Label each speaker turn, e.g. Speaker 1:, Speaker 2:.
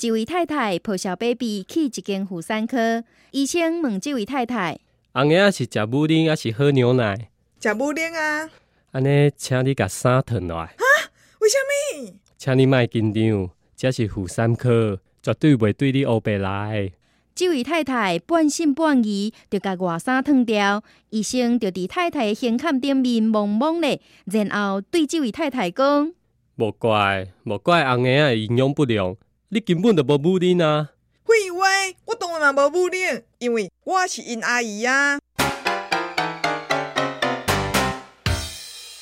Speaker 1: 一位太太抱小 baby 去一间妇产科，医生问这位太太，
Speaker 2: 红爷是食母奶还是喝牛奶？
Speaker 3: 食母奶啊？
Speaker 2: 安尼，请你甲衫脱落来，
Speaker 3: 为什么？
Speaker 2: 请你莫紧张，这是妇产科，绝对袂对你乌白来。
Speaker 1: 这位太太半信半疑，就甲外衫脱掉。医生就伫太太的胸坎顶面摸摸咧，然后对这位太太讲。
Speaker 2: 莫怪，莫怪红爷仔营养不良，你根本就无母奶啊！
Speaker 3: 废话，我当然嘛无母奶，因为我是因阿姨啊。